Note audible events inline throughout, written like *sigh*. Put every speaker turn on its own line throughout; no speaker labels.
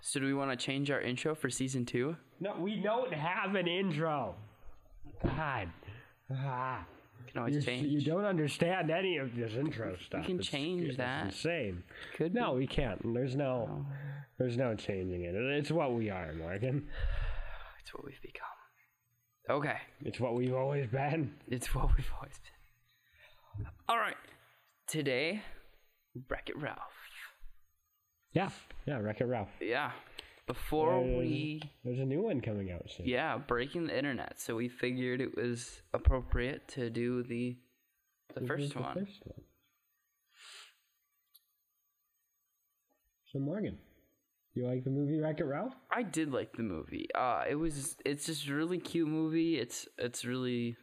So do we want to change our intro for season two?
No, we don't have an intro. God. Ah.
Can
You,
always change.
you don't understand any of this intro stuff.
can
It's-
change
it's
that.
Insane.
Could Oh.
no, we can't. There's no, there's no changing it. It's what we are, Morgan.
It's what we've become. Okay.
It's what we've always been.
It's what we've always been. All right. Today, Wreck It Ralph.
Yeah, yeah. Wreck It Ralph.
Yeah. Before
There's-
we,
There's a new one coming out soon.
yeah, breaking the internet. So we figured it was appropriate to do the the
This is
first
the
one.
first one. So Morgan, you like the movie Wreck It Ralph?
I did like the movie. Uh, it was it's just a really cute movie. It's it's really,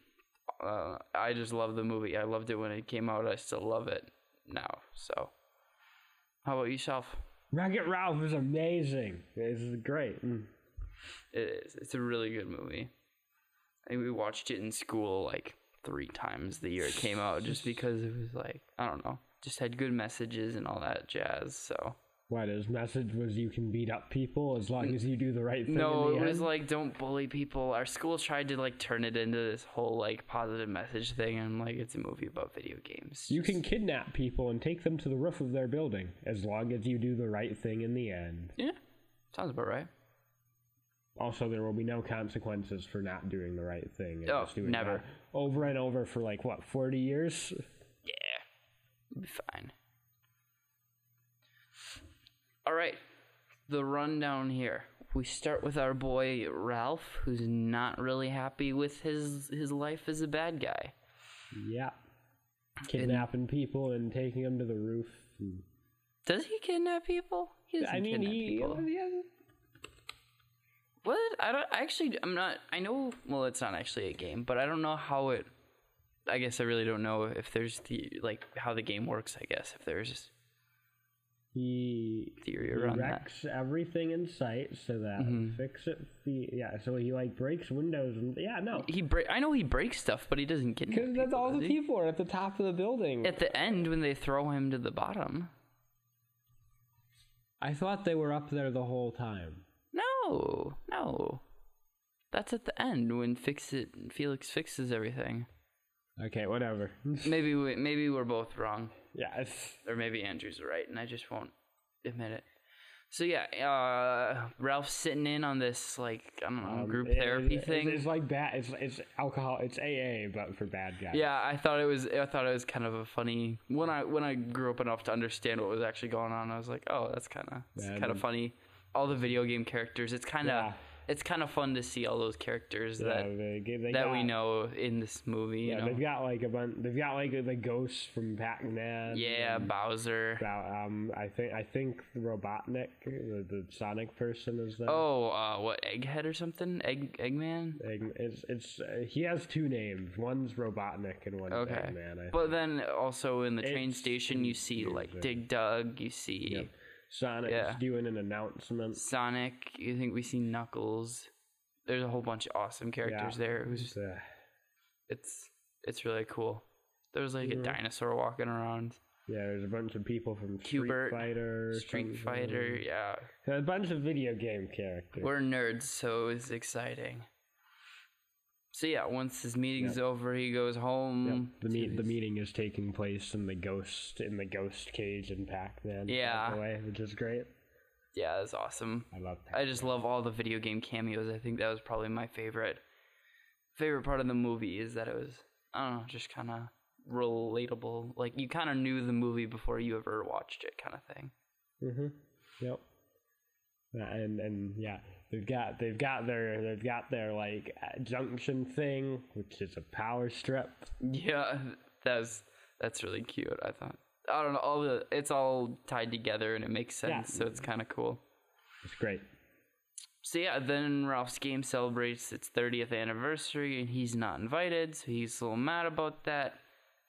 uh, I just love the movie. I loved it when it came out. I still love it now. So, how about yourself?
Wreck It Ralph is amazing. This is great. Mm.
It is. It's a really good movie. I think we watched it in school like three times the year it came out, just because it was like I don't know, just had good messages and all that jazz. So
What his message was: you can beat up people as long as you do the right thing.
No,
in
it
the
was
end.
like don't bully people. Our school tried to like turn it into this whole like positive message thing, and like it's a movie about video games.
You can kidnap people and take them to the roof of their building as long as you do the right thing in the end.
yeah, sounds about right.
Also, there will be no consequences for not doing the right thing. and
Oh,
just doing
never.
that Over and over for like, what, 40 years?
Yeah, it'll be fine. All right, the rundown here. We start with our boy Ralph, who's not really happy with his his life as a bad guy.
Yeah. Kidnapping people and taking them to the roof. and-
Does he kidnap people? He doesn't
I mean,
kidnap
he.
people.
yeah,
What? I don't I actually. I'm not. I know. Well, it's not actually a game, but I don't know how it. I guess I really don't know if there's the like how the game works. I guess if there's
He.
theory
he
around that. Mm-hmm.
wrecks everything in sight so that fix it. The, yeah, so he like breaks windows and. Yeah, no.
He break. I know he breaks stuff, but he doesn't get.
Because that's all the people are at the top of the building.
At the end, when they throw him to the bottom.
I thought they were up there the whole time.
No, no. That's at the end when fix it. Felix fixes everything.
Okay, whatever. *laughs*
Maybe we. Maybe we're both wrong.
yeah, it's-
or maybe Andrew's right, and I just won't admit it. So yeah, uh, Ralph's sitting in on this like I don't know
Um,
group
it-
therapy
it's,
thing.
It's, like bad. It's it's alcohol. It's AA, but for bad guys.
yeah, I thought it was I thought it was kind of a funny when I when I grew up enough to understand what was actually going on. I was like, oh, that's kind of it's
Yeah,
kind of
the-
funny. All the video game characters. It's kind of
Yeah.
it's kind of fun to see all those characters
Yeah,
that
they, they
that
got,
we know in this movie.
Yeah,
you know,
they've got like a bunch. They've got like the ghosts from Pac-Man.
yeah, Bowser.
About, um, I think I think Robotnik, the, the Sonic person, is there.
Oh, uh, what Egghead or something? Egg Eggman.
Egg- It's it's uh, he has two names. One's Robotnik and one's
Okay.
Eggman. I
But then also in the train
It's
station, you see like Dig Dug, you see
think. Sonic's
yeah.
doing an announcement.
Sonic, you think we see Knuckles. There's a whole bunch of awesome characters
Yeah.
there. It was
It's, uh,
it's it's really cool. There was like a dinosaur walking around,
yeah, there's a bunch of people from
Cubert,
Street Fighter, or
Street
something.
Fighter. Yeah,
a bunch of video game characters.
we're nerds, so it's exciting. So yeah, once his meeting's over, he goes home.
The meet the meeting is taking place in the ghost in the ghost cage in Pac Man.
Yeah.
by the way, which is great.
Yeah, that's awesome.
I love Pac.
I just love all the video game cameos. I think that was probably my favorite favorite part of the movie is that it was I don't know, just kind of relatable. Like you kind of knew the movie before you ever watched it, kind of thing. *laughs*
Mm-hmm. Yep. Yeah, And and yeah, they've got they've got their they've got their like uh, junction thing, which is a power strip.
Yeah, that's that's really cute. I thought I don't know all the it's all tied together and it makes
Yeah.
sense, so it's kind of cool.
It's great.
So yeah, then Ralph's game celebrates its 30th anniversary, and he's not invited, so he's a little mad about that.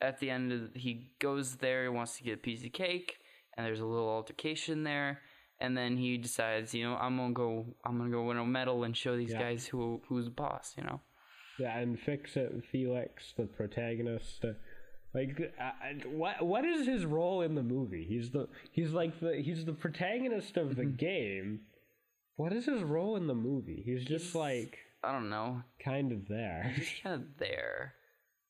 At the end, of he goes there, he wants to get a piece of cake, and there's a little altercation there. And then he decides, you know, I'm gonna go, I'm gonna go win a medal and show these
Yeah.
guys who who's boss, you know.
Yeah, and fix it, Felix, the protagonist. Uh, like, uh, uh, what what is
Mm-hmm.
his role in the movie? He's the he's like the he's the protagonist of the game, What is his role in the movie? He's just like
I don't know.
kind of there.
*laughs* He's kind of there.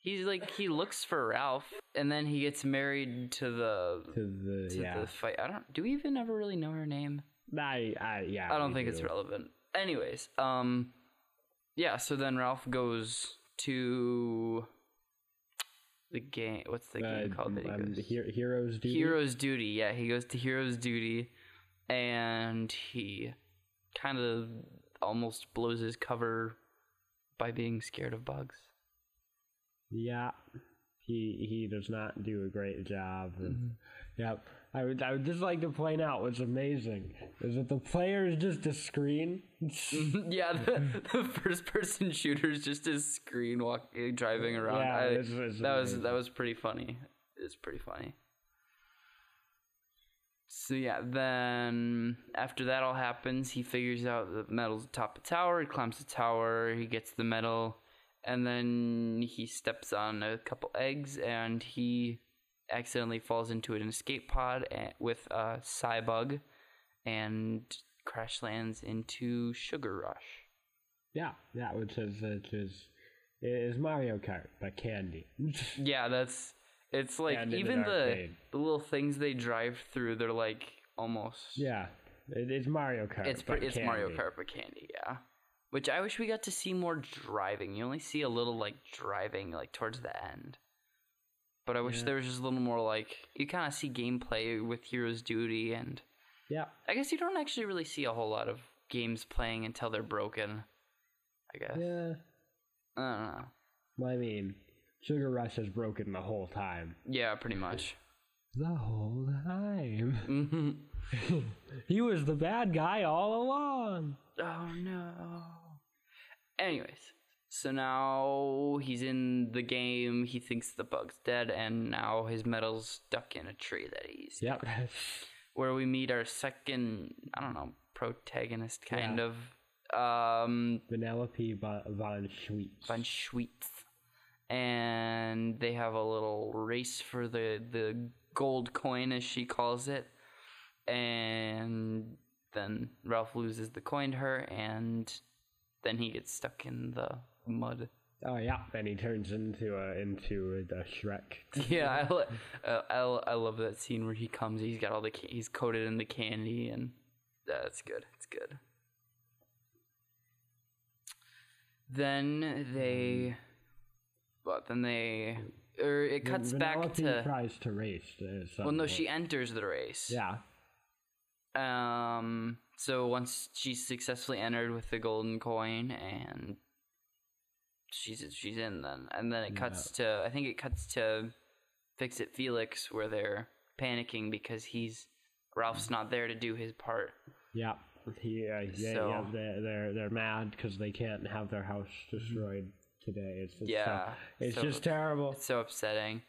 He's like he looks for Ralph, and then he gets married to the
to the
to
yeah.
the fight. I don't. Do we even ever really know her name?
I, I yeah.
I don't
we
think
do.
it's relevant. Anyways, um, yeah. So then Ralph goes to the game. What's the game
Uh,
called? That he
um,
goes?
He- Heroes Duty.
Hero's Duty. Yeah, he goes to Hero's Duty, and he kind of almost blows his cover by being scared of bugs. *laughs*
Yeah, he he does not do a great job. And,
Mm-hmm.
Yep. I would, I would just like to point out what's amazing is that the player is just a screen.
Mm-hmm. yeah, the, *laughs* the first-person shooter is just his screen walk eh, driving around.
*laughs* Yeah,
I-
it's- it's
that was
amazing.
that was pretty funny. It's pretty funny. So yeah, then after that all happens, he figures out the medal's atop a tower. He climbs the tower. He gets the medal, and then he steps on a couple eggs, and he accidentally falls into an escape pod a- with a cybug, and crash lands into Sugar Rush.
Yeah, yeah, which is which is it is Mario Kart but candy. *laughs*
Yeah, that's it's like
And in
even
an
the,
arcade.
the little things they drive through, they're like almost
yeah, it is Mario Kart.
it's
but
pre- it's Mario
candy.
Kart but candy, yeah. Which I wish we got to see more driving. You only see a little like driving like towards the end. But I wish there was just a little more like you kind of see gameplay with Heroes Duty and
Yeah,
I guess you don't actually really see a whole lot of games playing until they're broken. I guess.
yeah.
I don't know.
Well, I mean, Sugar Rush has broken the whole time.
Yeah, pretty much. *laughs*
The whole time.
hmm
He was the bad guy all along.
Oh no. Anyways, so now he's in the game. He thinks the bug's dead, and now his medal's stuck in a tree that he's. *laughs*
Yep.
Where we meet our second, I don't know, protagonist kind of, um,
Vanellope Va- von Schweetz.
Von Schweetz, and they have a little race for the the gold coin, as she calls it, and then Ralph loses the coin to her, and then he gets stuck in the mud.
Oh yeah, and he turns into a into a Shrek.
Yeah, I, li- uh, I, l- I love that scene where he comes. He's got all the ca- he's coated in the candy, and that's good. It's good. Then they, but then they, or it cuts back
Vanellope
to.
tries to race. uh, some-
Well, no, she enters the race.
Yeah,
Um. So once she's successfully entered with the golden coin, and she's she's in then, and then it cuts to I think it cuts to fix it Felix, where they're panicking because he's Ralph's not there to do his part.
yeah. He, uh, yeah,
So-
yeah, they're they're they're mad because they can't have their house destroyed today. It's, it's
Yeah,
so- it's
so-
just terrible.
It's so upsetting.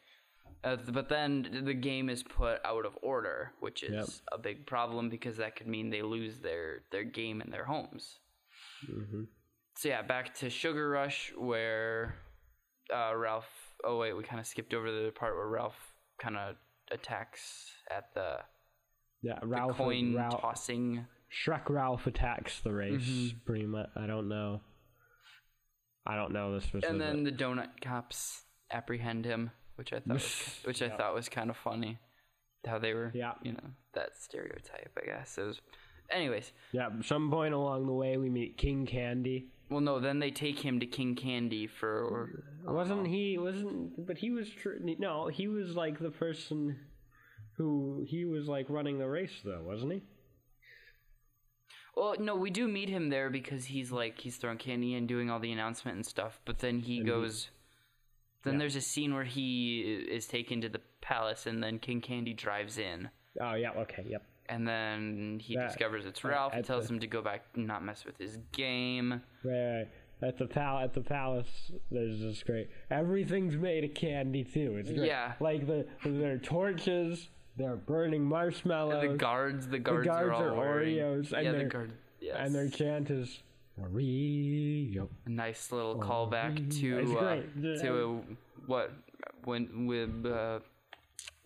Uh, but then the game is put out of order, which is
Yep.
a big problem because that could mean they lose their their game and their homes.
hmm
so yeah, back to Sugar Rush where uh, Ralph. Oh wait, we kind of skipped over the part where Ralph kind of attacks at the,
Yeah,
the
Ralph.
coin
Ralph
tossing.
Shrek Ralph attacks the race.
Mm-hmm.
Pretty much. I don't know. I don't know this was.
and then the donut cops apprehend him, which I thought was,
*laughs*
ki- which I thought was kind of funny, how they were,
Yeah.
you know, that stereotype. I guess it was. Anyways,
yeah. Some point along the way, we meet King Candy.
well, no, then they take him to King Candy for. Oh.
Wasn't he? Wasn't? But he was. Tr- no, he was like the person who he was like running the race, though, wasn't he?
Well, no, we do meet him there because he's like he's throwing candy and doing all the announcement and stuff. But then he goes. Then
Yeah.
there's a scene where he is taken to the palace, and then King Candy drives in,
Oh yeah. Okay. Yep.
and then he
Yeah,
discovers it's Ralph and
at
tells him to go back and not mess with his game.
Right. right. At the pal at the palace, there's this great. Everything's made of candy too. It's great.
Yeah.
Like the their torches, they're burning marshmallows,
the guards, the guards,
guards
all
are
wearing-
Oreos, and
yeah, the
they're-
guard, yes.
and their chant is Oreo.
nice little callback
Oh, *laughs* It's
to
great.
uh, to uh, what when with uh,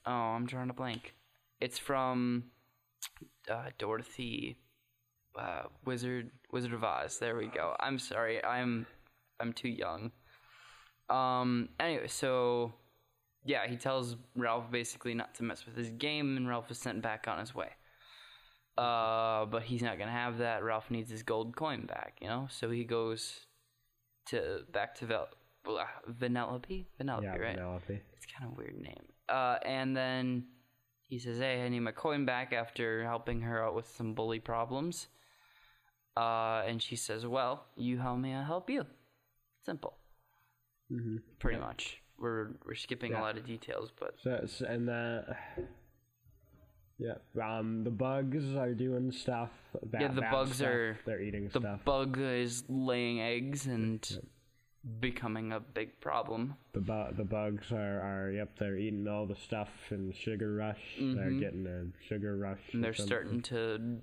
oh I'm drawing a blank. It's from uh, Dorothy. uh, Wizard Wizard of Oz. There we go. I'm sorry. I'm I'm too young. Um. Anyway, so yeah, he tells Ralph basically not to mess with his game, and Ralph is sent back on his way. Uh, but he's not gonna have that. Ralph needs his gold coin back, you know. So he goes to back to Vel- blah, Vanellope. Vanellope,
Yeah,
right?
Penelope.
It's kind of weird name. Uh, and then he says, "Hey, I need my coin back after helping her out with some bully problems." Uh, and she says, "Well, you help me, I help you." Simple. Mm-hmm. Pretty much. We're we're skipping a lot of details, but
So, it's- and uh, yeah, um, the bugs are doing stuff. That,
Yeah, the
that
bugs
stuff.
are-
They're eating
the
stuff.
bug is laying eggs and becoming a big problem.
the bu- the bugs are, are yep. They're eating all the stuff and sugar rush. They're getting a sugar rush.
Mm-hmm. And they're
or something.
starting to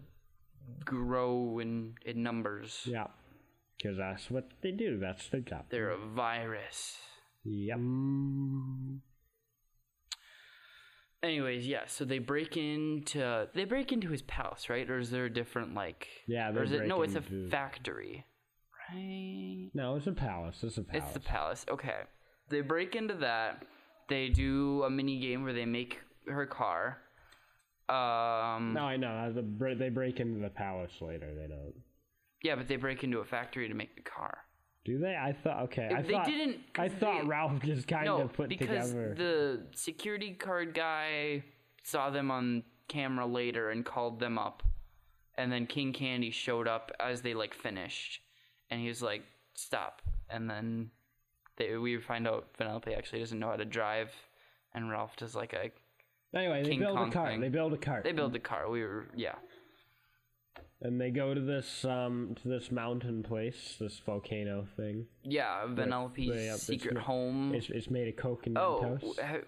grow in in numbers.
Yeah, because that's what they do. That's their job.
They're a virus.
Yep.
Anyways, yeah, so they break into they break into his palace, right? Or is there a different like
Yeah, they
or is it no,
break
it's a
into-
factory. Right?
No, it's a palace. It's a palace.
It's the palace. Okay. They break into that. They do a mini game where they make her car. Um
no, I know. The, br- they break into the palace later. They don't.
yeah, but they break into a factory to make the car.
Do they? I thought. Okay. I
They
thought,
didn't,
I
'cause
thought
they-
Ralph just kind
No,
of put
because
together.
the security card guy saw them on camera later and called them up, and then King Candy showed up as they like finished, and he was like, "Stop!" And then they, we find out Penelope actually doesn't know how to drive, and Ralph does like a
anyway, they
King
build
Kong
a cart.
thing.
They build a cart,
they build the car. We were yeah
and they go to this um to this mountain place, this volcano thing.
yeah Penelope's
yeah, it's
secret
ma-
home.
It's it's made of coconut
oh,
toast.
how,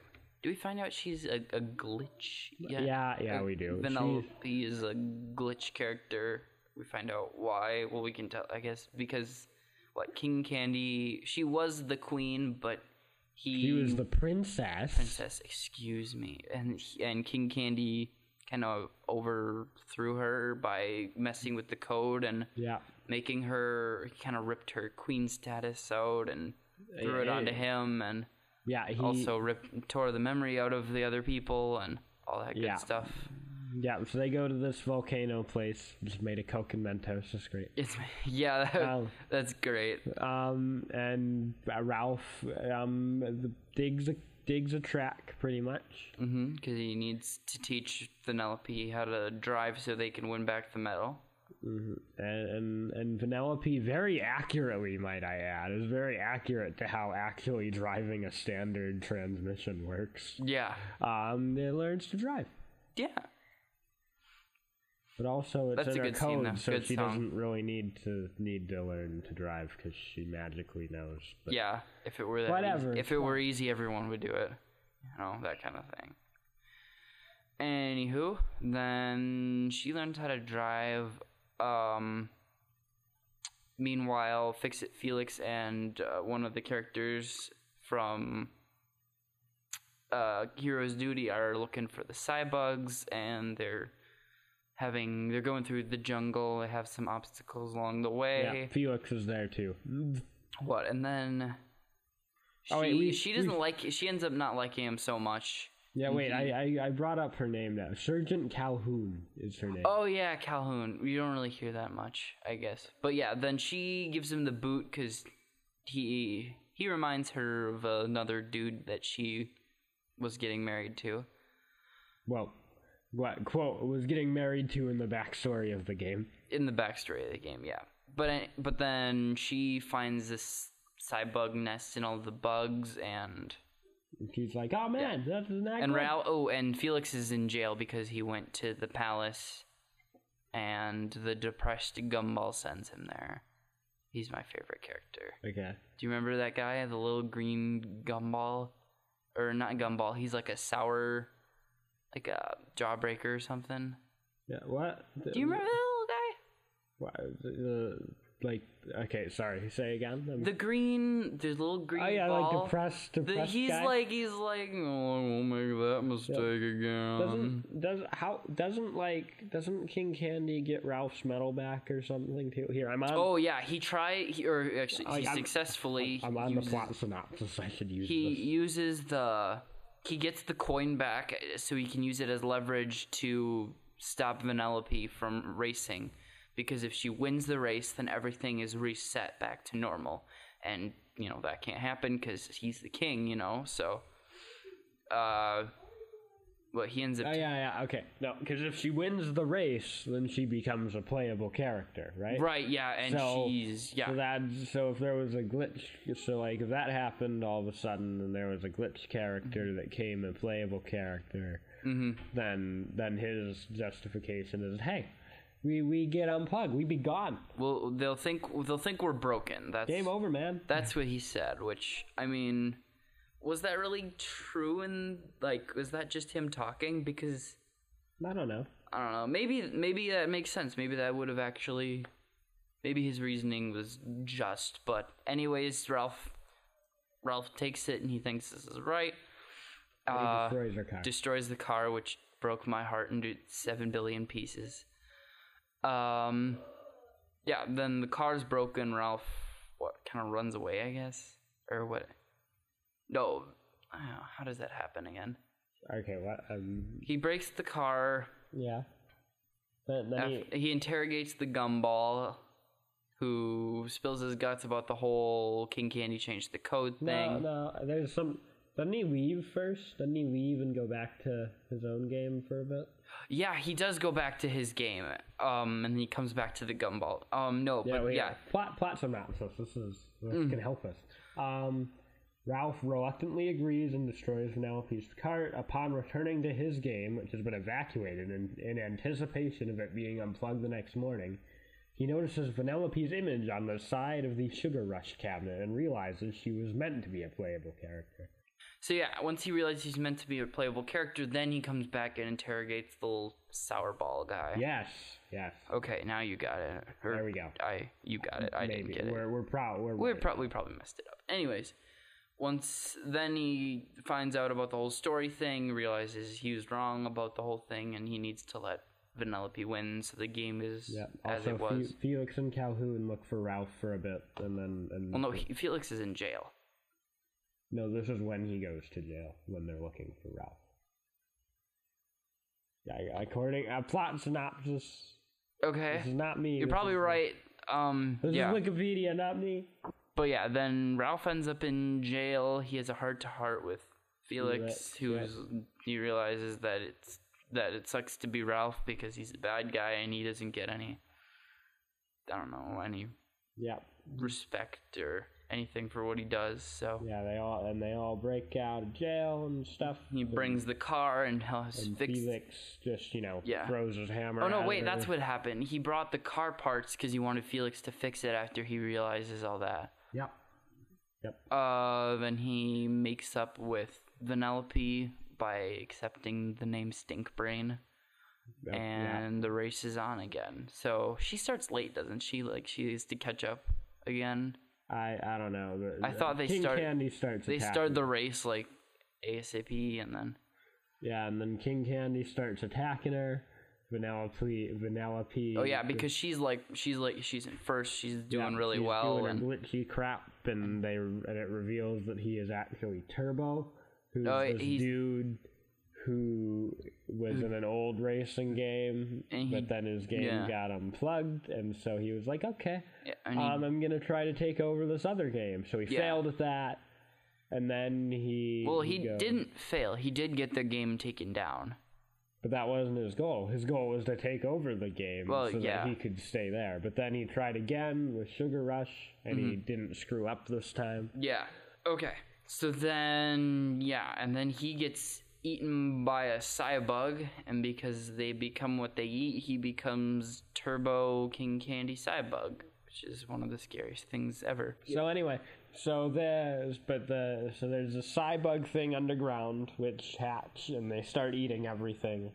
do we find out she's a, a glitch? yet?
yeah, yeah,
Uh,
we do.
Vanellope is a glitch character. We find out why. Well, we can tell, I guess, because what King Candy? She was the queen, but he,
She, she was the princess.
princess. Excuse me, and he- and King Candy kind of overthrew her by messing with the code and
Yeah,
making her kind of ripped her queen status out and threw it
Yeah,
onto him and
yeah. He,
also ripped tore the memory out of the other people and all that good
Yeah.
stuff.
yeah. So they go to this volcano place, just made of coconut toast. It's great.
It's *laughs* yeah, that,
Um,
that's great.
um, and uh, Ralph um, the, digs a digs a track pretty much.
Because Mm-hmm, he needs to teach Penelope how to drive so they can win back the medal.
And, and and Penelope very accurately, might I add, is very accurate to how actually driving a standard transmission works.
Yeah,
Um, they learns to drive,
yeah,
but also it's
That's
in
a
her
good scene,
code,
though.
so
Good
she
song.
doesn't really need to need to learn to drive because she magically knows. But
yeah. If it were that,
Whatever,
Easy,
it's
if it were easy, everyone would do it. You know that kind of thing. Anywho, then she learns how to drive. Um, meanwhile, Fix It Felix and uh, one of the characters from uh, Heroes Duty are looking for the Cybugs, and they're having they're going through the jungle. They have some obstacles along the
yeah,
way.
Felix is there too.
What and then? She,
Oh, wait, we-
she
we-
doesn't like. She ends up not liking him so much.
Yeah, wait, I, I I brought up her name now. Sergeant Calhoun is her name.
Oh yeah, Calhoun. You don't really hear that much, I guess. But yeah, then she gives him the boot because he he reminds her of another dude that she was getting married to.
Well, what quote was getting married to in the backstory of the game?
in the backstory of the game, yeah. But I- but then she finds this cybug nest and all the bugs and
And she's like, oh man, that's not
and
good.
Ral. Oh, and Felix is in jail because he went to the palace, and the depressed gumball sends him there. He's my favorite character.
Okay.
Do you remember that guy, the little green gumball, or not gumball? He's like a sour, like a jawbreaker or something.
Yeah, what?
Do you remember that little guy?
Wha- the- the- like okay, sorry. Say again. I'm-
The green, the little green
oh yeah,
ball.
like depressed,
The-
depressed
he's
guy.
like he's like oh, I won't make that mistake again.
doesn't does how doesn't like doesn't King Candy get Ralph's medal back or something too? Here I'm on.
oh yeah, he tried he, or actually
Like,
he
Oh, I'm-
successfully
I'm on
uses-
the plot synopsis. *laughs* I should use
he
this.
uses the he gets the coin back uh, so he can use it as leverage to stop Vanellope from racing because if she wins the race then everything is reset back to normal and you know that can't happen cuz he's the king you know so uh what he ends up
Oh yeah, yeah. Okay, no, because if she wins the race, then she becomes a playable character, right?
right yeah and
So-
she's yeah
So that so if there was a glitch, so like if that happened all of a sudden, and there was a glitch character
Mm-hmm.
that came a playable character, then then his justification is, hey, we we get unplugged, we be gone,
well they'll think they'll think we're broken that's
game over, man.
That's what he said, which I mean, was that really true and like was that just him talking because
I don't know.
I don't know. Maybe maybe that makes sense. Maybe that would have actually maybe his reasoning was just, but anyways, Ralph Ralph takes it and he thinks this is right. Uh,
destroys her car.
destroys the car, which broke my heart into seven billion pieces. Um, yeah. Then the car's broken. Ralph, what kind of runs away? I guess, or what? No, I don't know. how does that happen again?
okay, what? Um,
He breaks the car.
yeah. Then, then he,
Af- he interrogates the gumball, who spills his guts about the whole King Candy changed the code thing.
no, no. There's some. Doesn't he leave first? Doesn't he leave and go back to his own game for a bit?
Yeah, he does go back to his game, um, and he comes back to the gumball. Um, no,
Yeah,
but
we
yeah, Mm.
Plot plot synopsis. This is this can help us. Um, Ralph reluctantly agrees and destroys Vanellope's cart upon returning to his game, which has been evacuated in, in anticipation of it being unplugged the next morning. He notices Vanellope's image on the side of the Sugar Rush cabinet and realizes she was meant to be a playable character.
So yeah, once he realizes he's meant to be a playable character, then he comes back and interrogates the little sour ball guy.
Yes, yes.
Okay, now you got it. Or
There we go.
I you got it. Oh, I didn't
Maybe
get it.
we're we're proud. We're,
We're
right.
probably probably messed it up. Anyways, once then he finds out about the whole story thing, realizes he was wrong about the whole thing, and he needs to let Vanellope win so the game is
Yep.
as
Also,
it was.
Fe- Felix and Calhoun look for Ralph for a bit, and then and
Well, no, he, Felix is in jail.
No, this is when he goes to jail when they're looking for Ralph. Yeah, according a plot synopsis.
Okay,
This is not me.
you're
this
probably
is-
right. Um,
This
yeah.
is Wikipedia, not me.
But yeah, then Ralph ends up in jail. He has a heart to heart with Felix,
Felix,
who's he realizes that it's that it sucks to be Ralph because he's a bad guy and he doesn't get any I don't know, any
Yep.
respect or anything for what he does. So
Yeah, they all and they all break out of jail and stuff.
he brings the car and *laughs* helps
and
fix
Felix just you know
Yeah.
throws his hammer.
Oh no,
at
wait,
her.
that's what happened. He brought the car parts cuz he wanted Felix to fix it after he realizes all that.
Yep.
Uh, then he makes up with Vanellope by accepting the name Stinkbrain,
Yep, Oh, yeah.
and the race is on again. So she starts late, doesn't she? Like she needs to catch up again.
I I don't know. The-
I thought they
King
started-
Candy starts.
They
attacking.
start the race like ASAP, and then
Yeah, and then King Candy starts attacking her. Vanilla P. Vanilla P.
oh yeah, because she's like she's like she's in first. She's doing
Yeah,
really
he's
well,
doing
and
a glitchy crap, and they and it reveals that he is actually Turbo, who's
Oh,
this
he's-
dude who was in an old racing game,
And he-
but then his game
yeah.
got unplugged, and so he was like, okay,
yeah, and he-
um, I'm gonna try to take over this other game. So he
Yeah.
failed at that, and then he
well, he
goes-
didn't fail. He did get the game taken down.
But that wasn't his goal. His goal was to take over the game
Well,
so
yeah.
that he could stay there. But then he tried again with Sugar Rush, and
Mm-hmm.
he didn't screw up this time.
Yeah. Okay. So then, yeah, and then he gets eaten by a cyborg, and because they become what they eat, he becomes Turbo King Candy Cyborg, which is one of the scariest things ever.
So anyway, so there's but the so there's a cybug thing underground which hatch and they start eating everything.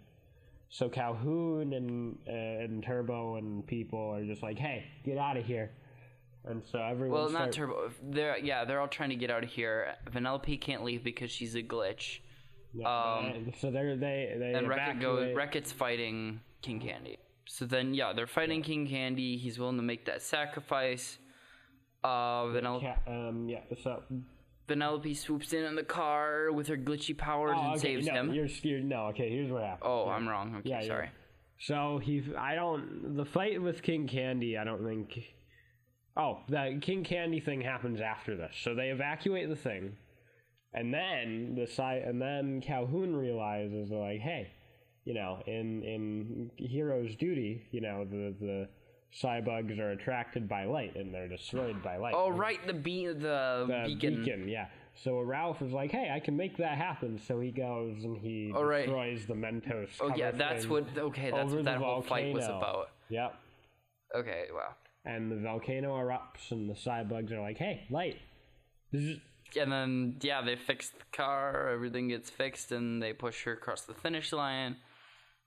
So Calhoun and uh, and Turbo and people are just like, "Hey, get out of here." and so everyone.
Well,
start-
not Turbo. They're yeah, they're all trying to get out of here. Vanellope can't leave because she's a glitch,
Yeah, and so they're they they
and Wreck-It um, goes.
evacuate.
Wreck-It's fighting King Candy. So then, yeah, they're fighting King Candy. He's willing to make that sacrifice. Uh, Vanellope,
Ca- um yeah so
Vanellope swoops in on the car with her glitchy powers
Oh,
and
okay,
saves
no,
him.
You're, you no, okay. Here's what happened.
Oh, I'm wrong. Okay,
Yeah, yeah.
sorry.
So he, I don't. The fight with King Candy, I don't think. Oh, the King Candy thing happens after this. So they evacuate the thing, and then the side, and then Calhoun realizes they're like, hey, you know, in in Hero's duty, you know, the the cybugs are attracted by light and they're destroyed by light.
Oh, right, the be- the,
Uh,
beacon.
yeah. So Ralph is like, "Hey, I can make that happen." So he goes and he
Oh, right.
destroys the Mentos.
Oh yeah,
cover
that's
thing
what. Okay, that's
over
what
the
that whole fight was
volcano.
about.
Yep.
Okay, wow.
And the volcano erupts, and the cybugs are like, "Hey, light!" Zzz.
And then yeah, they fix the car. Everything gets fixed, and they push her across the finish line.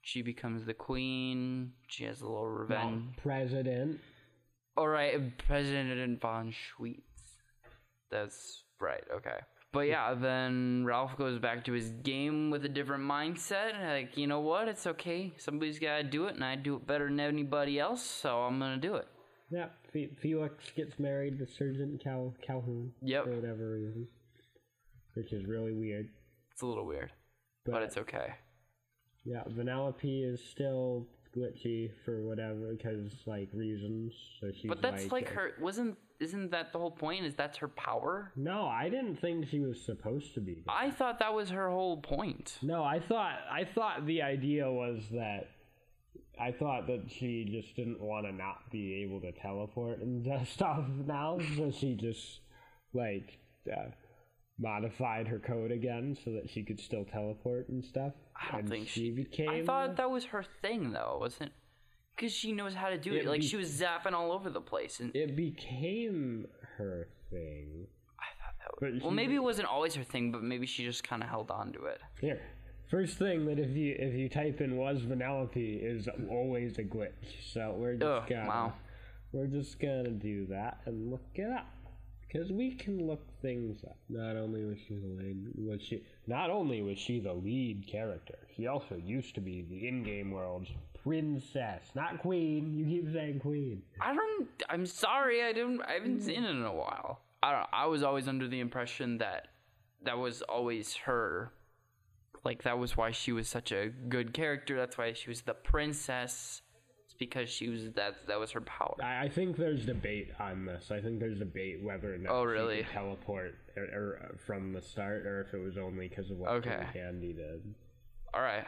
She becomes the queen. She has a little revenge.
President.
All right, President von Schweetz. That's right. Okay. But yeah, then Ralph goes back to his game with a different mindset. Like, you know what? It's okay. Somebody's got to do it, and I do it better than anybody else, so I'm going to do it.
Yep. Fe- Felix gets married to Sergeant Cal- Calhoun.
Yep.
For whatever reason, which is really weird.
It's a little weird,
But,
but it's okay.
yeah, Vanellope is still glitchy for whatever because like reasons. So she's
But that's like
uh,
her wasn't isn't that the whole point? Is that's her power?
No, I didn't think she was supposed to be.
I thought that was her whole point.
No, I thought I thought the idea was that I thought that she just didn't want to not be able to teleport and *laughs* just stuff now, so she just like uh, modified her code again so that she could still teleport and stuff.
I don't
and
think
she became.
I thought that was her thing though, wasn't? Because she knows how to do it.
It
Like
be-
she was zapping all over the place, and
it became her thing.
Well,
But she-
maybe it wasn't always her thing, but maybe she just kind of held on to it.
Here. First thing that if you if you type in was Vanellope is always a glitch. So we're just
Ugh,
gonna
wow.
we're just gonna do that and look it up. Because we can look things up. Not only was she the lead was she not only was she the lead character, she also used to be the in game world's princess. Not queen. You keep saying queen.
I don't. I'm sorry. I don't. I haven't seen it in a while. I don't. I was always under the impression that that was always her. Like that was why she was such a good character. That's why she was the princess. It's because she was that. That was her power.
I, I think there's debate on this. I think there's debate whether or not
Oh,
she could
really?
teleport or, or, uh, from the start, or if it was only because of what
Okay.
King Candy did.
All right.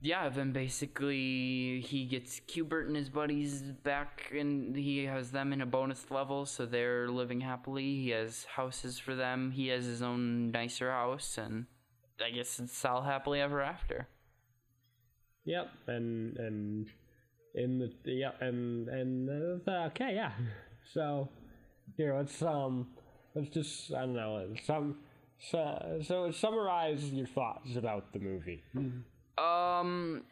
Yeah, then basically he gets Qbert and his buddies back, and he has them in a bonus level, so they're living happily. He has houses for them. He has his own nicer house, and I guess it's all happily ever after.
Yep, and and in the yep, and and uh, okay, yeah. *laughs* So here, let's um, let's just I don't know, some so so summarize your thoughts about the movie.
Um,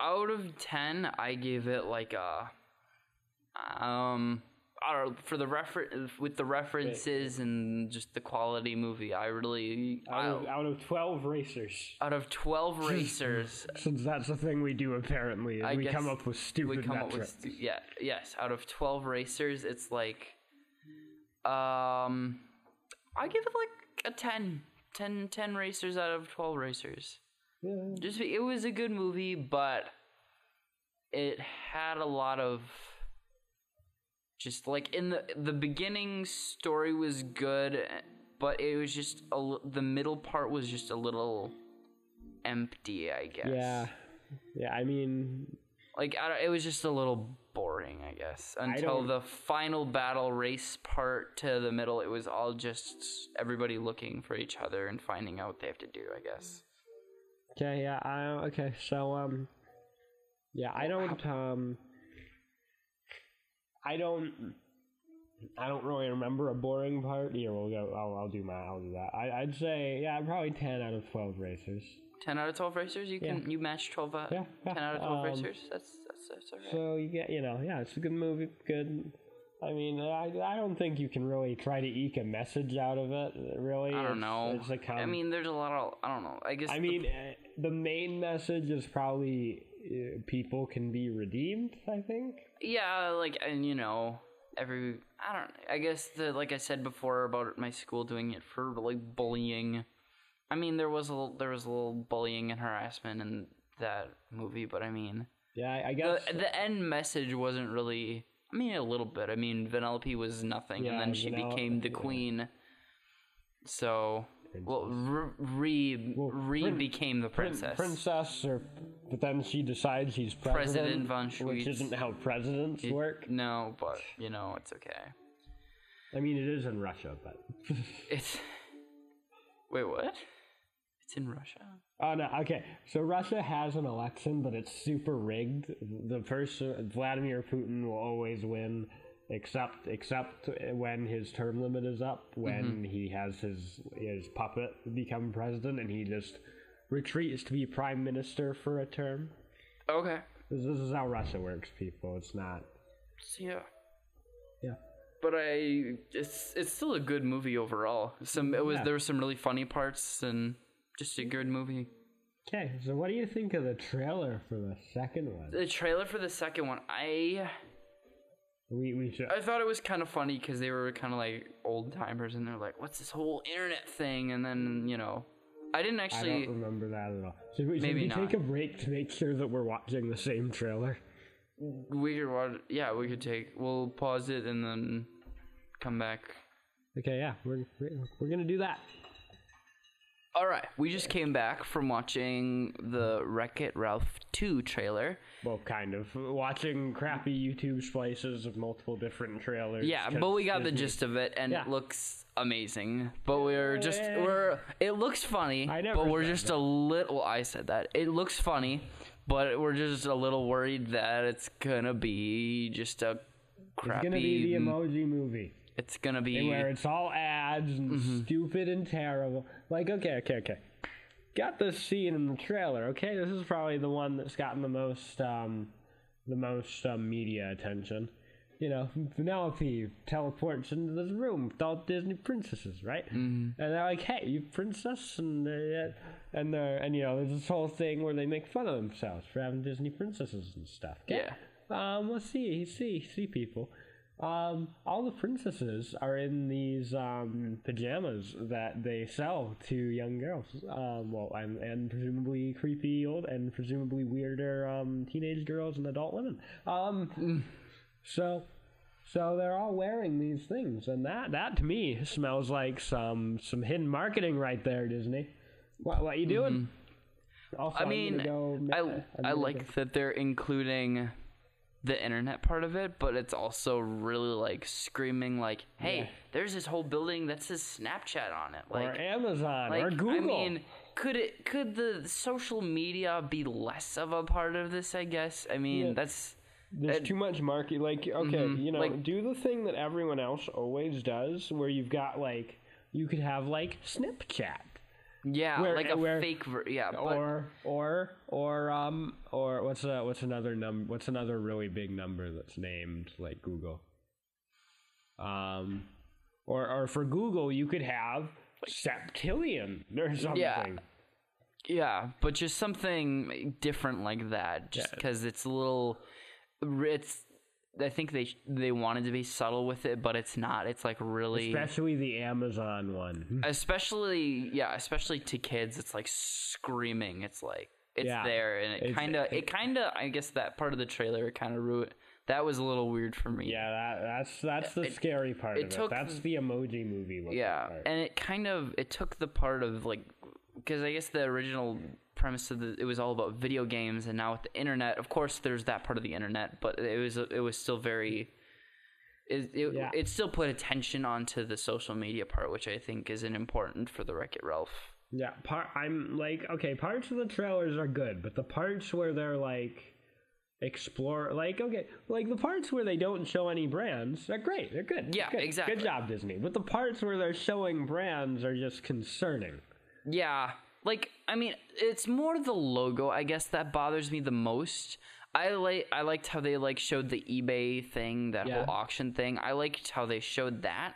out of ten, I gave it like a um. I don't know, for the refer- with the references and just the quality movie, I really
Out
I,
of, out of twelve racers,
out of
*laughs*
twelve racers,
since that's the thing we do apparently, is
I
we
guess
come up with stupid
we come up with
metrics.
stu- yeah yes out of 12 racers it's like um i give it like a 10 10 10 racers out of 12 racers
Yeah.
just be- it was a good movie but it had a lot of just like in the the beginning story was good but it was just a, l- the middle part was just a little empty i guess
Yeah. Yeah, I mean,
like I don't, it was just a little boring i guess until
don't-
the final battle race part to the middle it was all just everybody looking for each other and finding out what they have to do i guess
okay, yeah, I okay, so um yeah, I don't um I don't I don't really remember a boring part. Here, we'll go. I'll, I'll do my. I'll do that. I, I'd say, yeah, probably ten out of twelve racers.
10 out of 12 racers you can you match 12 out
Yeah, yeah,
10 out of 12
um,
racers that's that's that's all right
So you get, you know, yeah, it's a good movie. Good. I mean, I, I don't think you can really try to eke a message out of it. Really,
I don't
It's-
know.
It's a com-
I mean, there's a lot of I don't know. I guess
I
the-
mean, eh, the main message is probably uh, people can be redeemed. I think.
yeah, like and you know, every I don't. I guess the like I said before about my school doing it for like bullying. I mean, there was a little, there was a little bullying and harassment in that movie, but I mean,
Yeah, I, I
the
guess.
the end message wasn't really. I mean, a little bit. I mean, Vanellope was nothing,
Yeah,
and then she
Vanell-
became the
yeah.
queen. So, well, re re,
Well,
re
prin-
became the
prin-
princess.
Princess, or but then she decides she's
President
president,
von
which
Schweetz.
isn't how presidents
It-
work.
No, but you know it's okay.
I mean, it is in Russia, but
It's wait, what? It's in Russia.
oh no, okay. So Russia has an election, but it's super rigged. The person Vladimir Putin will always win, except except when his term limit is up,
Mm-hmm.
when he has his his puppet become president, and he just retreats to be prime minister for a term.
Okay.
This, this is how Russia works, people. It's not.
So, yeah,
Yeah.
but I it's it's still a good movie overall. Some it was
Yeah.
there were some really funny parts and just a good movie.
Okay, so what do you think of the trailer for the second one?
The trailer for the second one, I
We we should.
I thought it was kind of funny because they were kind of like old timers and they're like, "What's this whole internet thing?" And then you know, I didn't
I
actually.
don't remember that at all. Should we, should
Maybe
we
not.
take a break to make sure that we're watching the same trailer?
We could watch. Yeah, we could take. We'll pause it and then come back.
Okay, yeah, we're we're- we're gonna do that.
All right, we just came back from watching the Wreck It Ralph 2 trailer.
Well, kind of watching crappy YouTube slices of multiple different trailers.
Yeah,
'cause
but we got the
Disney-
gist of it, and
Yeah.
it looks amazing. But we're just we're it looks funny,
I never
but we're
said
just
that.
a little. I said that it looks funny, but we're just a little worried that it's gonna be just a crappy.
It's gonna be the emoji movie,
it's gonna be
where it's all ads and stupid and terrible. Like, okay, okay, okay. Got this scene in the trailer. Okay, this is probably the one that's gotten the most um, the most um, media attention. You know, Penelope teleports into this room with all Disney princesses, right? And they're like, "Hey, you princess!" And they're, and they're, and you know, there's this whole thing where they make fun of themselves for having Disney princesses and stuff.
Yeah.
Um, let's see, see, see, people. Um, all the princesses are in these um, pajamas that they sell to young girls. Um, well, and, and presumably creepy old and presumably weirder um, teenage girls and adult women. Um, so, so they're all wearing these things, and that that to me smells like some some hidden marketing right there, Disney. What what you doing?
Mm-hmm.
Also,
I
I'm gonna
mean,
go ma- I'm
I I
gonna go-
like that they're including the internet part of it, but it's also really like screaming like, "Hey, there's this whole building that says Snapchat on it." Like,
or Amazon
like
or Google.
I mean, could it could the social media be less of a part of this? I guess. I mean,
Yeah.
that's
There's
It-
too much market. Like, okay, you know,
uh, mm-hmm, like-
do the thing that everyone else always does, where you've got like, you could have like Snapchat
yeah,
Where-
like a
where-
fake. Ver- yeah, but
or or or um or what's uh what's another num what's another really big number that's named like Google. Um, or or for Google, you could have septillion or something.
yeah, but just something different like that, just because it's a little. It's. I think they they wanted to be subtle with it, but it's not. It's like really.
Especially the Amazon one.
especially yeah especially to kids it's like screaming it's like it's
Yeah.
there and it
It's-
kind of it kind of i guess that part of the trailer kind of ruined that was a little weird for me
Yeah, that, that's that's the scary part
it
of
took-
it. That's the emoji movie. looking
yeah
part.
and it kind of it took the part of like because i guess the original premise of the it was all about video games and now with the internet of course there's that part of the internet but it was it was still very it, it,
Yeah.
it still put attention onto the social media part which i think isn't important for the wreck it ralph
Yeah, part I'm like okay, parts of the trailers are good, but the parts where they're like explore like okay, like the parts where they don't show any brands are great. They're good.
Yeah,
good.
exactly.
Good job, Disney. But the parts where they're showing brands are just concerning.
Yeah. Like, I mean, it's more the logo, I guess, that bothers me the most. I like I liked how they like showed the eBay thing, that
Yeah.
whole auction thing. I liked how they showed that,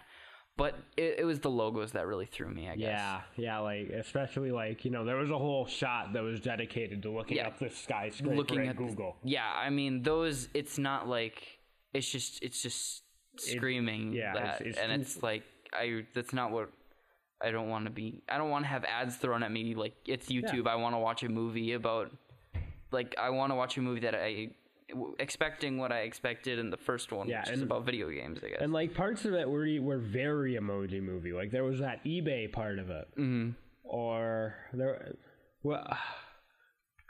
but it, it was the logos that really threw me. I guess.
Yeah, yeah, like especially like you know there was a whole shot that was dedicated to looking
Yeah.
up the skyscraper
Looking
at,
at the-
Google.
Yeah, I mean those. It's not like it's just it's just screaming
yeah,
that,
it's- it's
and
too-
it's like I that's not what I don't want to be. I don't want to have ads thrown at me like it's YouTube. I want to watch a movie about like I want to watch a movie that I w- expecting what I expected in the first one,
Yeah,
which is
and-
about video games. I guess.
And like parts of it were were very emoji movie. Like there was that eBay part of it, mm-hmm. or there, well,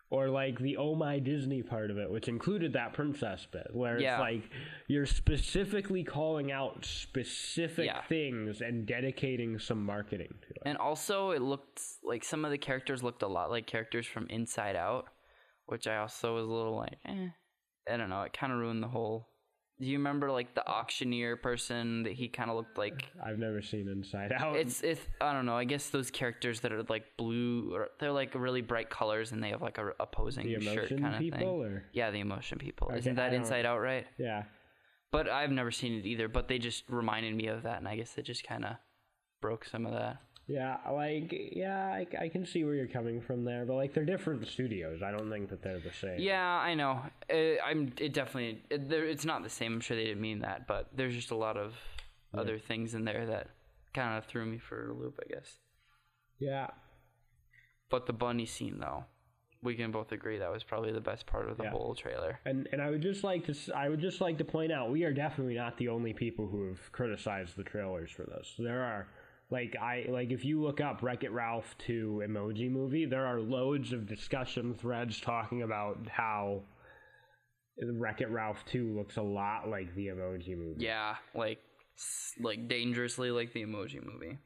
or like the Oh My Disney part of it, which included that princess bit, where
Yeah.
it's like you're specifically calling out specific
Yeah.
things and dedicating some marketing to it.
And also, it looked like some of the characters looked a lot like characters from Inside Out, which I also was a little like, eh. I don't know. It kind of ruined the whole. Do you remember like the auctioneer person that he kind of looked like?
I've never seen Inside Out.
It's it's I don't know. I guess those characters that are like blue, or they're like really bright colors, and they have like a opposing
the
shirt
emotion
kind of
people,
thing.
or
Yeah, the emotion people. Isn't
I
that
don't-
Inside Out right?
yeah,
But I've never seen it either. But they just reminded me of that, and I guess it just kind of broke some of that.
yeah, like yeah, I, I can see where you're coming from there, but like they're different studios. I don't think that they're the same.
Yeah, I know. Uh, I'm. It definitely. It, there, it's not the same. I'm sure they didn't mean that, but there's just a lot of other things in there that kind of threw me for a loop, I guess.
yeah,
But the bunny scene, though, we can both agree that was probably the best part of the
Yeah.
whole trailer.
and and I would just like to s- I would just like to point out we are definitely not the only people who have criticized the trailers for this. There are like I like if you look up Wreck It Ralph to emoji movie, there are loads of discussion threads talking about how Wreck It Ralph two looks a lot like the emoji movie.
Yeah, like s- like dangerously like the Emoji Movie.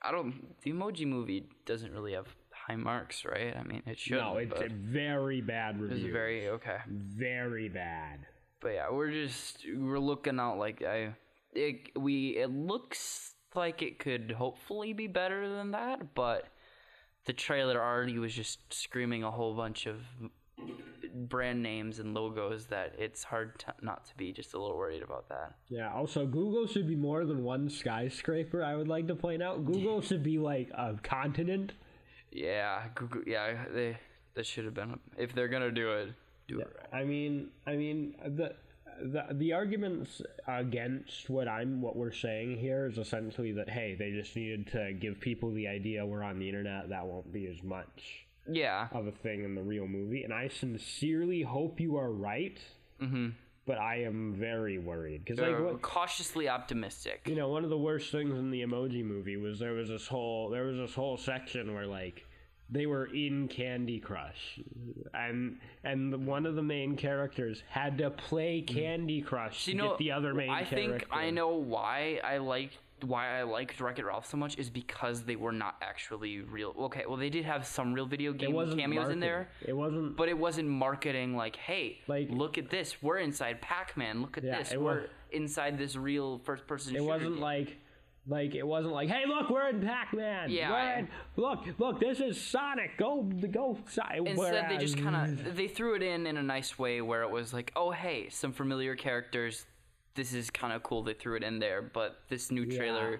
I don't. The Emoji Movie doesn't really have high marks, right? I mean, it should.
no, it's a very bad
it was
review.
very okay.
very bad.
but yeah, we're just we're looking out like I it we it looks like it could hopefully be better than that, but the trailer already was just screaming a whole bunch of brand names and logos that it's hard to, not to be just a little worried about that.
Yeah, also, Google should be more than one skyscraper, I would like to point out. Google should be like a continent.
Yeah, Google, yeah, they that should have been if they're gonna do it, do it right.
I mean, I mean the the the arguments against what I'm what we're saying here is essentially that hey, they just needed to give people the idea we're on the internet. That won't be as much
Yeah,
of a thing in the real movie, and I sincerely hope you are right. Mm-hmm. But I am very worried because like
They're
what,
cautiously optimistic.
you know one of the worst things in the emoji movie was there was this whole there was this whole section where like they were in candy crush and and the- one of the main characters had to play candy crush
you
to
know,
get the other main
Mm. I
character
think I know why I like why I liked Wreck It Ralph so much is because they were not actually real. Okay, well they did have some real video game
it wasn't
cameos in
marketing.
there,
it wasn't
but it wasn't marketing like, hey,
Like-
look at this, we're inside Pac-Man. Look at
Yeah,
this,
it
we're
was-
inside this real first-person.
it wasn't like like it wasn't like, hey, look, we're in Pac-Man.
Yeah,
we're
I-
in, look, look, this is Sonic. Go, go, Sonic.
Instead, they just kind of they threw it in in a nice way where it was like, oh hey, some familiar characters. This is kind of cool. They threw it in there, but this new trailer,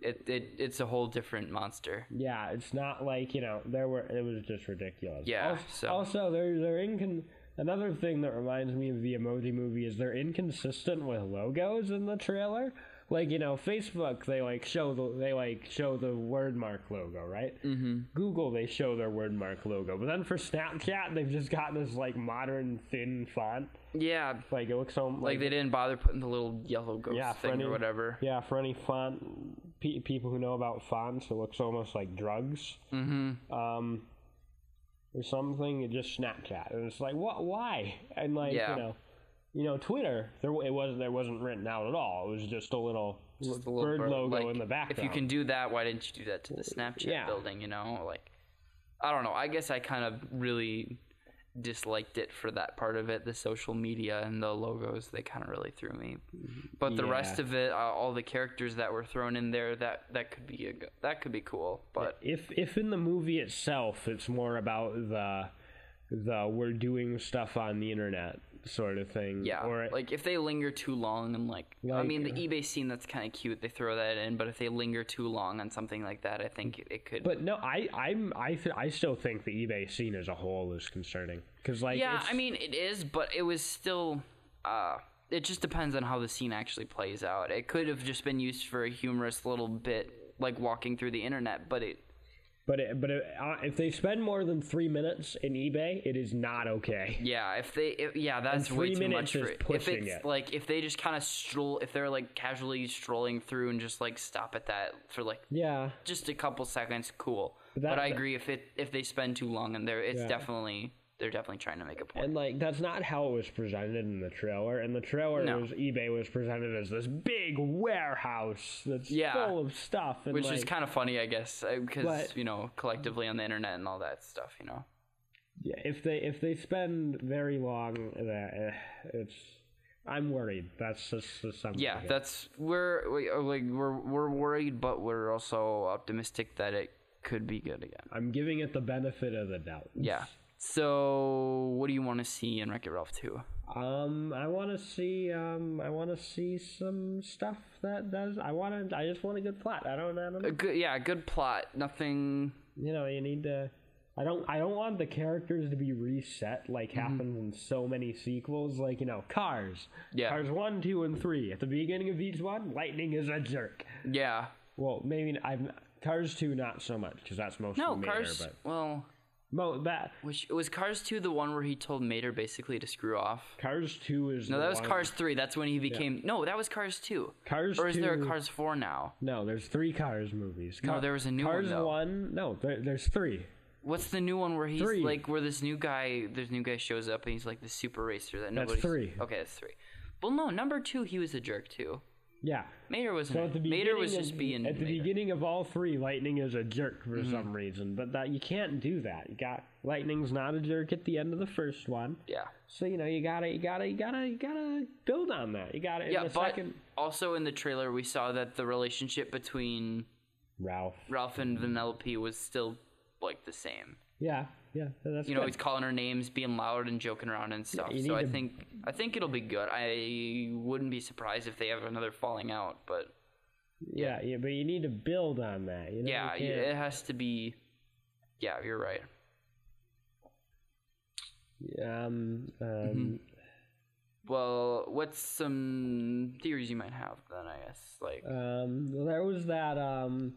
it, it it's a whole different monster.
Yeah, it's not like you know there were. It was just ridiculous.
Yeah,
Also,
so-
also they're they're incon. Another thing that reminds me of the emoji movie is they're inconsistent with logos in the trailer. Like you know, Facebook they like show the they like show the wordmark logo, right? Mm-hmm. Google they show their wordmark logo, but then for Snapchat they've just got this like modern thin font.
Yeah,
Like it looks so
Like they didn't bother putting the little yellow ghost
yeah, for
thing
any,
or whatever.
Yeah, for any font pe- people who know about fonts, it looks almost like drugs. Mm-hmm. Um, or something. It just Snapchat, and it's like, what? Why? And like,
Yeah.
you know, you know, Twitter. There, w- it wasn't. There wasn't written out at all. It was just a little,
Just the little
bird,
bird-
logo
like,
in the background.
If you can do that, why didn't you do that to the Snapchat
yeah.
building? You know, like I don't know. I guess I kind of really disliked it for that part of it. The social media and the logos they kind of really threw me. But the
Yeah.
rest of it, uh, all the characters that were thrown in there, that that could be a, go- that could be cool. But
if if in the movie itself it's more about the the we're doing stuff on the internet sort of thing.
Yeah,
Or
like if they linger too long and like, I
Like,
mean the eBay scene that's kind of cute. They throw that in, but if they linger too long on something like that, I think it, it could.
but no, I I'm I, th- I still think the eBay scene as a whole is concerning because like
yeah,
it's-
I mean it is, but it was still. Uh, it just depends on how the scene actually plays out. It could have just been used for a humorous little bit, like walking through the internet, but it
but it, but it, uh, if they spend more than three minutes in eBay, it is not okay.
Yeah, if they, if, yeah, that's way
three
too much
minutes
for
is
it. If
pushing
it's
it.
like if they just kind of stroll, if they're like casually strolling through and just like stop at that for like
Yeah.
just a couple seconds, cool. But,
that-
I agree if it if they spend too long in there, it's
Yeah.
definitely they're definitely trying to make a point.
And like that's not how it was presented in the trailer. And the trailer
No.
was eBay was presented as this big warehouse that's
Yeah.
full of stuff, and
which
like,
is kind of funny, I guess, because
But-
you know collectively on the internet and all that stuff, you know.
Yeah, if they if they spend very long, that it's I'm worried. That's just, just something.
Yeah, that's we're we, are like we're we're worried, but we're also optimistic that it could be good again.
I'm giving it the benefit of the doubt.
Yeah. So, what do you want to see in Wreck It Ralph 2?
Um, I want to see um, I want to see some stuff that does. I want to. I just want a good plot. I don't. I
A
don't.
good, yeah, a good plot. Nothing.
You know, you need to. I don't. I don't want the characters to be reset like
Mm-hmm.
happens in so many sequels. Like you know, Cars.
Yeah.
Cars one, two, and three. At the beginning of each one, Lightning is a jerk.
Yeah.
Well, maybe I've Cars two not so much because that's mostly
No,
Mater,
Cars.
But
Well,
Mo, that
which was Cars 2 the one where he told Mater basically to screw off?
Cars two is
No,
the
that was
one-
Cars 3. That's when he became. No, that was Cars 2.
Cars
or is there a
2
Cars 4 now?
No, there's three Cars movies.
No, there was a new one,
Cars
though.
one. No, there, there's three.
What's the new one where he's
Three.
like where this new guy, this new guy shows up and he's like the super racer that nobody's.
three.
Okay, that's three. Well, no, number two, he was a jerk too.
Yeah.
Mater wasn't.
So at the
a-
beginning,
Mater was
of-
just being. Mm-hmm.
at the
Mater.
beginning of all three, Lightning is a jerk for some reason, but that you can't do that. You got Lightning's not a jerk at the end of the first one,
Yeah.
so you know you gotta you gotta you gotta you gotta build on that. You gotta in
Yeah,
the
but
second
also in the trailer we saw that the relationship between
Ralph.
Ralph and Vanellope was still like the same.
Yeah, yeah, that's
You know,
good.
he's calling her names, being loud and joking around and stuff.
you
so
need
I
to-
think I think it'll be good. I wouldn't be surprised if they have another falling out, but
yeah, yeah, but you need to build on that. You know,
yeah,
you
you-
can't-
it has to be. Yeah, you're right.
Um, um,
Well, what's some theories you might have then? I guess like
um, well, there was that, um,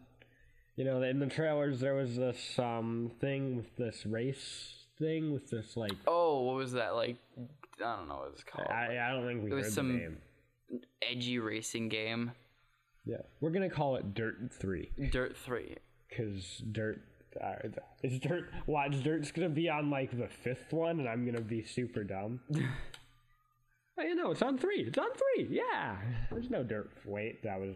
you know, in the trailers there was this um thing with this race thing with this like
oh, what was that like? I don't know what it's called.
I, I don't think we
Oh, It was
heard
some-
the name.
Edgy racing
*laughs*
game,
Yeah, we're gonna call it Dirt Three
Dirt Three.
because Dirt. Uh, *laughs* is dirt watch dirt's gonna be on like the fifth one and i'm gonna be
*laughs*
super dumb Oh, you know it's on three it's on three yeah there's no dirt wait that was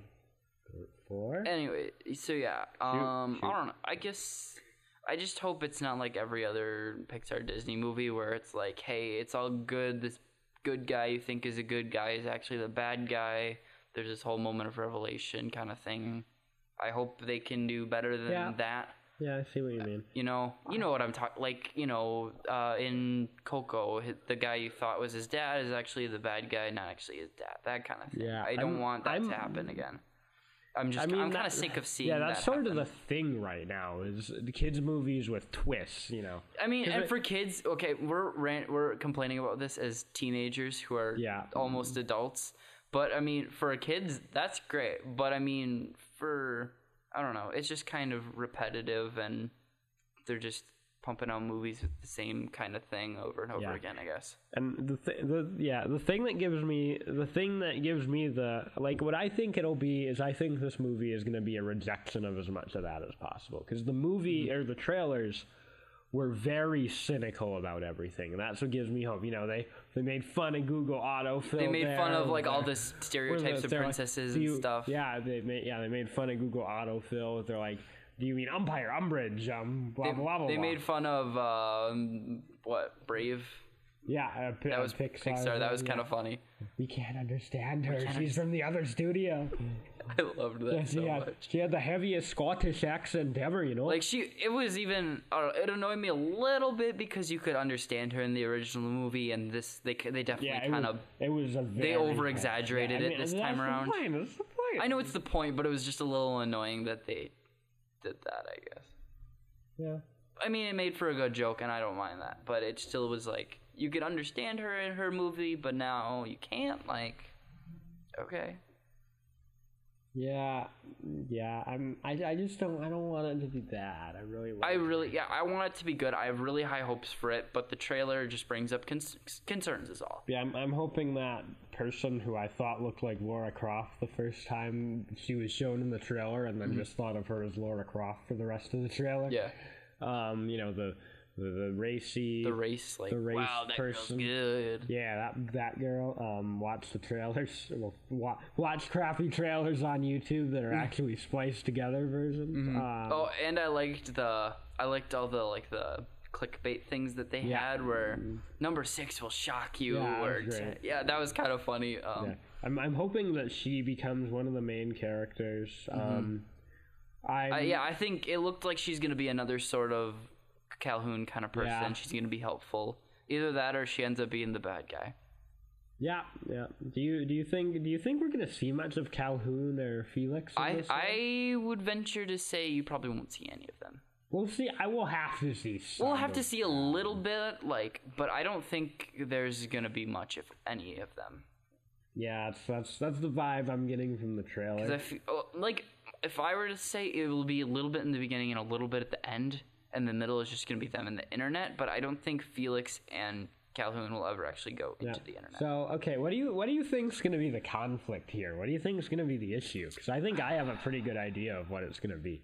dirt four
anyway, so yeah, um,
shoot.
I don't know. I guess I just hope it's not like every other Pixar Disney movie where it's like, hey, it's all good. This good guy you think is a good guy is actually the bad guy. There's this whole moment of revelation kind of thing. I hope they can do better than
Yeah.
that.
yeah i see what you mean
You know, you know what I'm talking. Like, you know, uh, in Coco, hi- the guy you thought was his dad is actually the bad guy, not actually his dad. That kind of thing.
Yeah,
I don't
I'm-
want that
I'm-
to happen again. I'm just,
I
I
mean,
am kind
that-
of sick of seeing.
yeah that's
that
sort
happen.
of the thing right now is the kids movies with twists you know
I mean, and
it-
for kids, okay, we're rant, we're complaining about this as teenagers who are
Yeah. Mm-hmm.
almost adults. But I mean, for kids, that's great. But I mean, for I don't know, it's just kind of repetitive, and they're just pumping out movies with the same kind of thing over and over
Yeah.
again. I guess.
and the, th- the yeah the thing that gives me the thing that gives me the like what i think it'll be is i think this movie is going to be a rejection of as much of that as possible because the movie
Mm-hmm.
or the trailers were very cynical about everything and that's what gives me hope you know they they made fun of google autofill
They made fun
there,
of like all
where-
the stereotypes
*laughs* where
of
they're like,
princesses
"Do
and
you-
stuff.
yeah they made yeah they made fun of google autofill they're like do you mean umpire umbrage um blah
They,
blah blah
they
blah.
made fun of um, what Brave.
yeah uh,
That was
pixar,
Pixar. That was
yeah.
kind of funny. *laughs*
We can't understand her. She's from the other studio.
I loved
*laughs*
that so
she, had,
much.
she had the heaviest Scottish accent ever, you know?
Like she, it was even uh, it annoyed me a little bit because you could understand her in the original movie, and this they c- they definitely
yeah, it
kind
was,
of
it was a very
over-exaggerated
yeah,
it
I mean,
this
that's
time
the
around.
Point, that's the point.
I know it's the point, but it was just a little annoying that they did that. I guess.
Yeah.
I mean, it made for a good joke, and I don't mind that, but it still was like you could understand her in her movie, but now you can't. Like, okay,
Yeah, yeah. I'm. I, I just don't. I don't want it to be bad. I really. Want
I
it to
really, yeah, I want it to be good. I have really high hopes for it, but the trailer just brings up cons- concerns, is all.
Yeah, I'm, I'm hoping that person who I thought looked like Laura Croft the first time she was shown in the trailer, and then just thought of her as Laura Croft for the rest of the trailer.
Mm-hmm. Yeah,
Um, you know the the, the racy.
the race, like,
The race
wow, that
person.
girl's good.
yeah, that that girl. Um, watch the trailers. Well, wa- watch crappy trailers on YouTube that are
Mm.
actually spliced together versions. Um,
Oh, and I liked the I liked all the like the clickbait things that they
Yeah.
had where number six will shock you
Yeah, that
or
was
t-
great.
yeah, that was kind of funny. Um,
Yeah. Uh, I'm, I'm hoping that she becomes one of the main characters. Um, I
Mm-hmm. I, yeah, I think it looked like she's gonna be another sort of Calhoun kind of person.
Yeah.
She's gonna be helpful. Either that or she ends up being the bad guy.
yeah, yeah. Do you do you think do you think we're gonna see much of Calhoun or Felix? in
I
this one?
I would venture to say you probably won't see any of them.
we'll see. I will have to see.
We'll
some
have to
of-
see a little bit, like, but I don't think there's gonna be much of any of them.
Yeah, it's, that's that's the vibe I'm getting from the trailer.
Because I fe- oh, like if I were to say it will be a little bit in the beginning and a little bit at the end, and the middle is just gonna be them and the internet. But I don't think Felix and Calhoun will ever actually go
Yeah.
into the internet.
So okay, what do you what do you think's gonna be the conflict here? What do you think's gonna be the issue? Because I think I have a pretty good idea of what it's gonna be.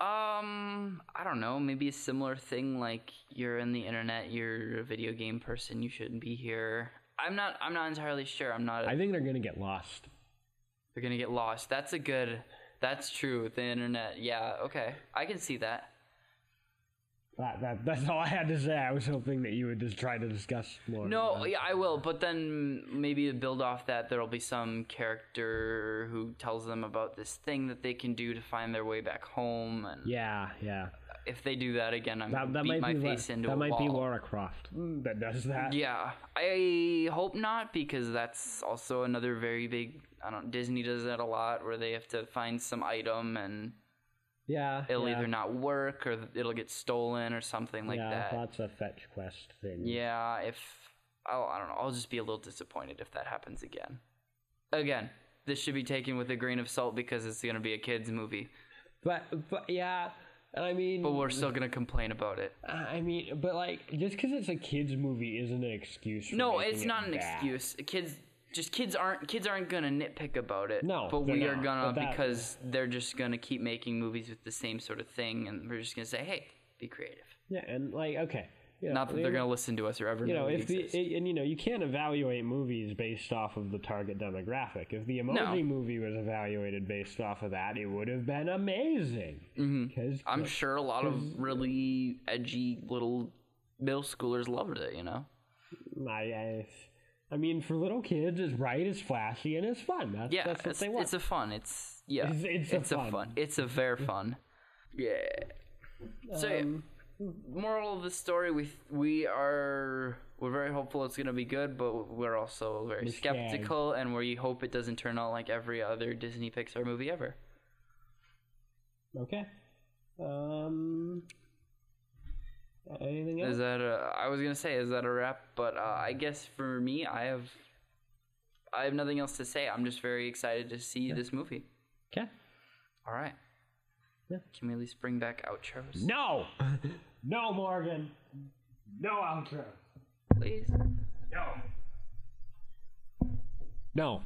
Um, I don't know. Maybe a similar thing like you're in the internet, you're a video game person, you shouldn't be here. I'm not. I'm not entirely sure. I'm not.
I think they're gonna get lost.
they're gonna get lost. That's a good. That's true. The internet. Yeah. Okay. I can see that.
That, that, that's all I had to say. I was hoping that you would just try to discuss more.
No,
about it.
yeah, I will. But then maybe to build off that, there'll be some character who tells them about this thing that they can do to find their way back home. And
yeah, yeah.
if they do that again, I'm
That,
gonna
that
beat
might
my
be La-
face into
that
a
might
wall.
be Laura Croft that does that.
Yeah, I hope not because that's also another very big. I don't. Disney does that a lot, where they have to find some item and
yeah.
it'll
yeah,
either not work or it'll get stolen or something like
yeah,
that.
Lots of fetch quest things.
Yeah, if I'll, I don't know, I'll just be a little disappointed if that happens again. Again, this should be taken with a grain of salt because it's going to be a kids movie,
But but yeah, and I mean,
but we're still going to complain about it.
I mean, but like just because it's a kids movie isn't an excuse. For
No,
making
it's
it
not an
bad.
excuse. Kids just kids aren't kids aren't going to nitpick about it.
No,
but
they're
we are
not.
going to
But that-
because they're just going to keep making movies with the same sort of thing and we're just going to say, "Hey, be creative."
Yeah, and like okay, yeah,
Not that
I
they're
mean,
going to listen to us or ever
You
know
know,
we
if the
exist.
it, and you know you can't evaluate movies based off of the target demographic. If the emoji movie was evaluated based off of that, it would have been amazing.
Mm-hmm.
Because
I'm sure a lot
*laughs*
of really edgy little middle schoolers loved it, you know.
I, I, I mean, for little kids, it's bright, it's flashy, and it's fun. That's,
Yeah,
that's what
it's,
they want.
it's a fun. It's yeah.
It's- it's a fun.
It's a very fun. Yeah. So yeah,
Um,
moral of the story: we we are we're very hopeful it's gonna be good, but we're also very
scared.
skeptical, and we hope it doesn't turn out like every other Disney Pixar movie ever.
okay. Um, anything else?
Is that a? I was gonna say is that a wrap? But uh, I
Mm-hmm.
guess for me, I have I have nothing else to say. I'm just very excited to see this movie.
Okay.
All right.
Yeah.
Can we at least bring back outros,
No, no, Morgan, no outro,
please?
no, no.